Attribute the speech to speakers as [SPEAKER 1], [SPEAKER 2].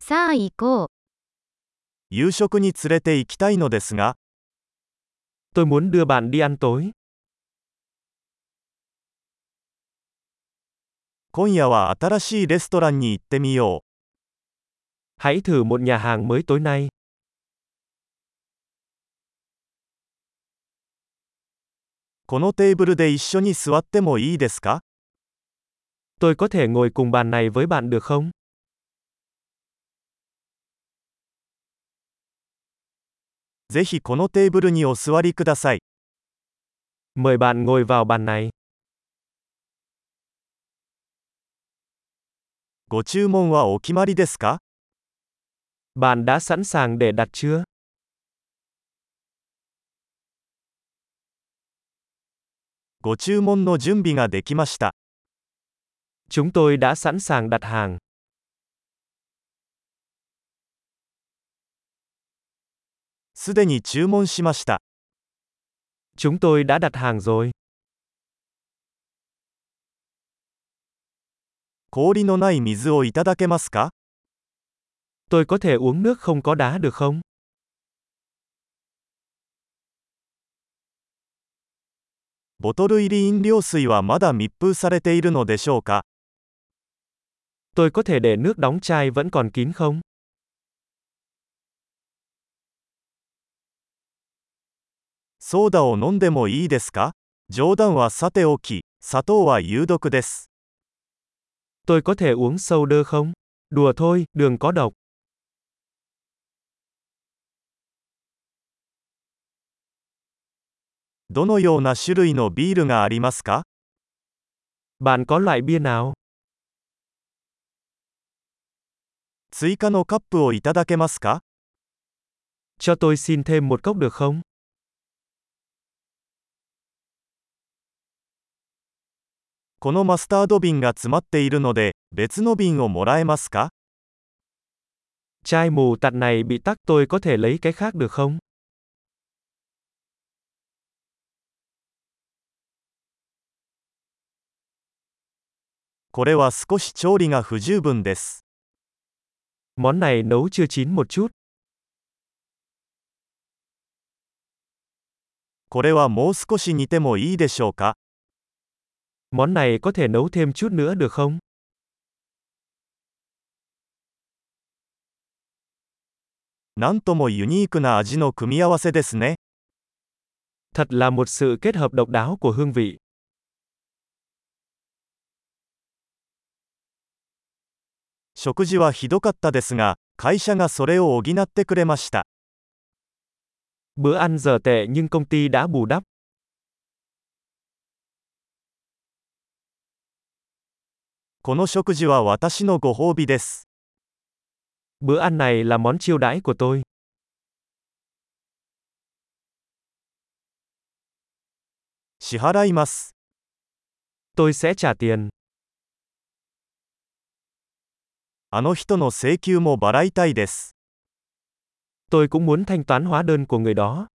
[SPEAKER 1] さあ行こう。
[SPEAKER 2] 夕食に連れて行きたいのですが、
[SPEAKER 3] Tôi muốn đưa bạn đi ăn tối.
[SPEAKER 2] 今夜は新しいレストランに行ってみよ
[SPEAKER 3] Hãy thử một nhà hàng mới tối nay.
[SPEAKER 2] う。このテーブルで一緒に座ってもいいですか
[SPEAKER 3] Tôi có thể ngồi cùng bàn này với bạn được không?
[SPEAKER 2] ぜひこのテーブルにお座りください。
[SPEAKER 3] Mời bạn ngồi vào bàn này.
[SPEAKER 2] ご注文はお決まりですか
[SPEAKER 3] Bạn đã sẵn sàng để đặt chưa?
[SPEAKER 2] ご注文の準備ができました。
[SPEAKER 3] Chúng tôi đã sẵn sàng đặt hàng.
[SPEAKER 2] すでに注文しました。
[SPEAKER 3] Chúng tôi đã đặt hàng rồi.
[SPEAKER 2] 氷のない水をいただけますか
[SPEAKER 3] Tôi có thể uống nước không có đá được không?
[SPEAKER 2] ボトル入り飲料水はまだ密封されているのでしょうか
[SPEAKER 3] Tôi có thể để nước đóng chai vẫn còn kín không?
[SPEAKER 2] ソーダを飲んでもいいですか冗談はさておき、砂糖は有毒です。
[SPEAKER 3] Tôi có thể uống sâu đơ không? Đùa thôi, đường có độc.
[SPEAKER 2] どのような種類のビールがありますか
[SPEAKER 3] Bạn có loại bia nào?
[SPEAKER 2] 追加のカップをいただけますか
[SPEAKER 3] Cho tôi xin thêm một cốc được không?
[SPEAKER 2] このマスタード瓶が詰まっているので、別の瓶をもらえますか
[SPEAKER 3] Chai mù tạt này bị tắc tôi có thể lấy cái khác được không?
[SPEAKER 2] これは少し調理が不十分です。
[SPEAKER 3] Món này nấu chưa chín một chút.
[SPEAKER 2] これはもう少し煮てもいいでしょうか
[SPEAKER 3] Món này có thể nấu thêm chút nữa được không?
[SPEAKER 2] なんともユニークな味の組み合わせですね。
[SPEAKER 3] Thật là một sự kết hợp độc đáo của hương vị.
[SPEAKER 2] 食事はひどかったですが、会社がそれを補ってくれました。
[SPEAKER 3] Bữa ăn giờ tệ nhưng công ty đã bù đắp.
[SPEAKER 2] この食事は私のご褒美です。
[SPEAKER 3] Bữa ăn này là món chiêu đãi của tôi.
[SPEAKER 2] 支払います。
[SPEAKER 3] Tôi sẽ trả tiền.
[SPEAKER 2] あの人の請求も払いたいです。
[SPEAKER 3] Tôi cũng muốn thanh toán hóa đơn của người đó.